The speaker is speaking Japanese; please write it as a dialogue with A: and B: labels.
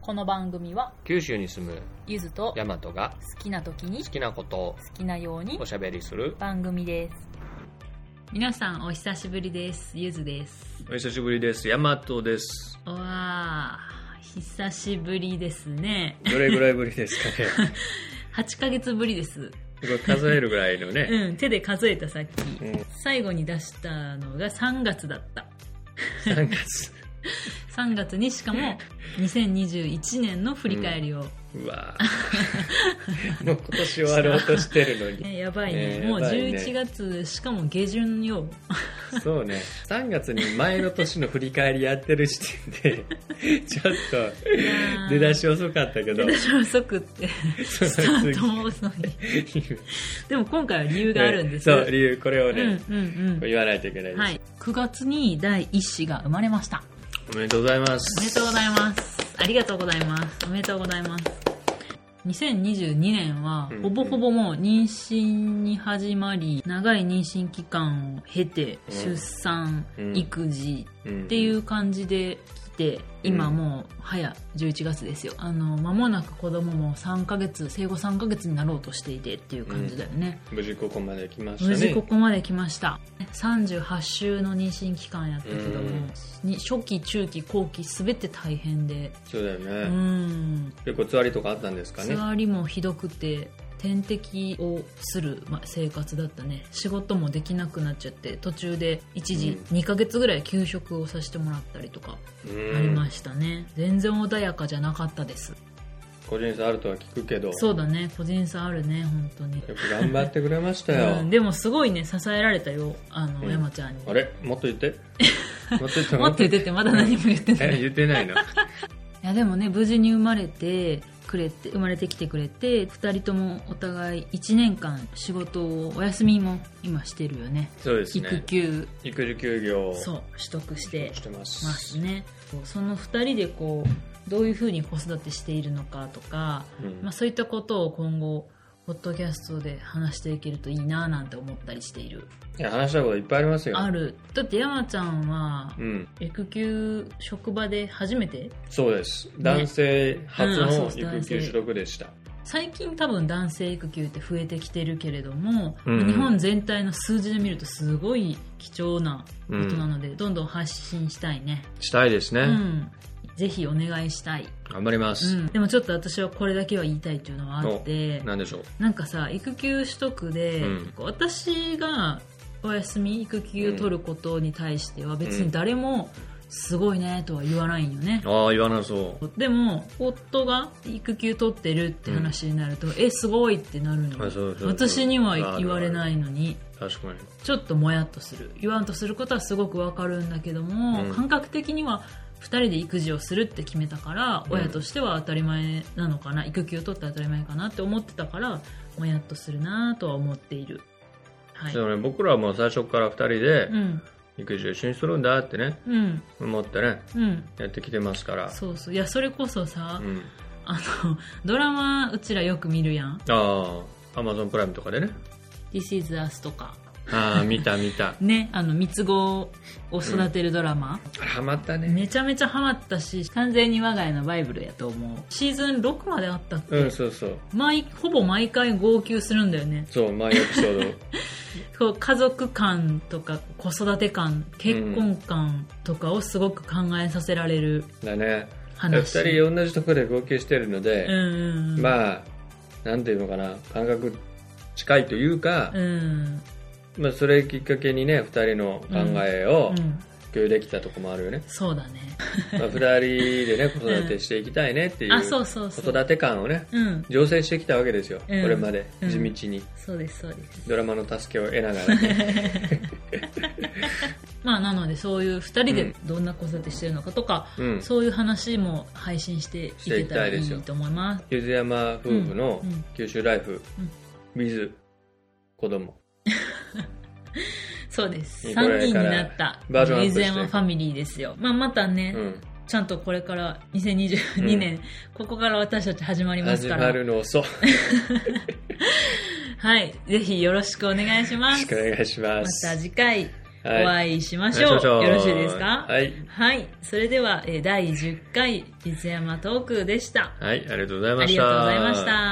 A: この番組は
B: 九州に住む
A: ゆずと
B: ヤマトが
A: 好きな時に
B: 好きなことを
A: 好きなように
B: おしゃべりする
A: 番組です皆さんお久しぶりですゆずです
B: お久しぶりですヤマトです
A: わあ久しぶりですね
B: どれぐらいぶりですかね
A: 8ヶ月ぶりです
B: これ数えるぐらいのね、
A: うん手で数えたさっき
B: うん、
A: 最後に出したのが3月だった
B: 3月
A: 3月にしかも2021年の振り返りを、
B: うわー もう今年終わろうとしてるの に
A: えやばいね
B: ね
A: もう
B: やばいね
A: 11月しかも下旬よ
B: そうね3月に前の年の振り返りやってる時点で ちょっと
A: やー
B: 出だし遅かったけ ど
A: 出だし遅くって
B: そう
A: スタートも遅いでも今回は理由があるんです
B: そう理由これを
A: うん
B: ね、
A: うん
B: 言わないといけないで
A: うん
B: す、
A: はい9月に第1子が生まれました
B: おめでとうございま
A: おめですとうございますありがとうございますおめでとうございます2022年は
B: うん
A: ほぼほぼもう妊娠に始まり長い妊娠期間を経て
B: うん
A: 出産、
B: うん
A: 育児
B: うん
A: っていう感じで来て今もう早11月ですよあの間もなく子供も3ヶ月生後3ヶ月になろうとしていてっていう感じだよね、
B: 無事ここまで来ましたね
A: 無事ここまで来ました38週の妊娠期間やったけども、に初期中期後期全て大変で
B: そうだよね、
A: うん
B: 結構つわりとかあったんですか
A: つ
B: ね
A: わりもひどくて点滴をする、まあ、生活だったね仕事もできなくなっちゃって途中で一時
B: う
A: 2ヶ月ぐらい休職をさせてもらったりとか
B: うん
A: ありましたね、全然穏やかじゃなかったです
B: 個人差あるとは聞くけど
A: そうだね個人差あるね本当に
B: よく頑張ってくれましたよ、
A: うん、でもすごいね支えられたよあの、
B: うん
A: 山ちゃんに
B: あれもっと言って もっと言って
A: もっと言っててまだ何も言ってない
B: え言ってないの
A: いやでもね無事に生まれてくれて生まれてきてくれて2人ともお互い1年間仕事をお休みも今してるよね
B: そうです
A: 育
B: ね
A: 休
B: 育児休業を
A: そう取得して
B: してま
A: ますすねこうその2人でこうどういうふうに子育てしているのかとか、
B: うん
A: まあ、そういったことを今後ポッドキャストで話していけるといいななんて思ったりしている
B: いや話したこといっぱいありますよ
A: あるだって山ちゃんは
B: うん
A: 育休職場で初めて
B: そうです男性初
A: うんあそう
B: の
A: です
B: 育休取得でした、
A: 最近多分男性育休って増えてきてるけれども、
B: うん
A: 日本全体の数字で見るとすごい貴重なことなので、どんどん発信したいね、
B: したいですね、
A: うん、ぜひお願いしたい、
B: 頑張りま
A: う
B: す、
A: ん、でもちょっと私はこれだけは言いたいっていうのはあって
B: なんでしょう
A: なんかさ育休取得で、
B: うん
A: こう私がお休み育休を取ることに対しては別に誰もすごいねとは言わないんよね、
B: ああ言わなそう
A: でも夫が育休取ってるって話になると、えすごいってなるの
B: あそうそうそう
A: 私には
B: ある
A: 言われないのに
B: 確かに
A: ちょっともやっとする言わんとすることはすごくわかるんだけども、
B: うん
A: 感覚的には2人で育児をするって決めたから、
B: うん
A: 親としては当たり前なのかな育休取って当たり前かなって思ってたからもやっとするなとは思っているはい
B: でもね僕らはもう最初から2人で
A: うん
B: 育児を一緒にするんだってね
A: うん
B: 思ってね
A: うん
B: やってきてますから
A: そうそういやそれこそさ、
B: うん、
A: あのドラマうちらよく見るやん
B: ああアマゾンプライムとかでね
A: This is Us とか、
B: ああ見た見た
A: ね、あの、三つ子を育てるドラマ、
B: ハマったね
A: めちゃめちゃハマったし、完全に我が家のバイブルやと思う。シーズン6まであったっけ、
B: うんそうそう
A: 毎ほぼ毎回号泣するんだよね。
B: そう前エピソー
A: こう家族感とか子育て感、結婚感とかをすごく考えさせられる
B: ドだね2
A: 話。
B: 人同じとこで号泣してるの
A: うん
B: で、
A: うんうん。
B: まあなんていうのかな感覚近いというか、
A: うん。
B: まあ、それきっかけにね2人の考え
A: う
B: を
A: ん。
B: 共有できたとこもあるよね、
A: そうだね。
B: まあ、2人でね子育てしていきたいねっていう
A: あ、そうそう
B: 子
A: そう。
B: 育て感をね
A: うん。
B: 醸成してきたわけですよ、
A: うん
B: これまで
A: うん
B: 地道に
A: そうです、そうです。
B: ドラマの助けを得ながら ね、
A: まあ、なのでそういう2人
B: う
A: で
B: ん
A: どんな子育てしてるのかとか、
B: うん、
A: そういう話も配信していけたらいいと思います。
B: ゆず山夫婦の
A: うんうん
B: 九州ライフ、with 子供
A: そうです。
B: いい
A: 3人になった
B: これからバージョンアップ
A: 水
B: して
A: 山ファミリーですよ。まあ、またね、
B: うん
A: ちゃんとこれから2022年、ここから私たち始まります
B: 始
A: か
B: ま
A: ら。
B: るの遅いよ
A: はい。ぜひよろしくお願いし
B: ろ
A: ま
B: し
A: す
B: く。お願いし
A: ま
B: ま
A: た
B: す
A: 次回お
B: はい
A: 会いしま
B: ま
A: しょう。よろしいですかはい。
B: はい。
A: それでは、えー第10回、実山トークでした。
B: はい、ありがとうござい
A: あ
B: ま
A: り
B: し
A: が
B: た。
A: とうございました。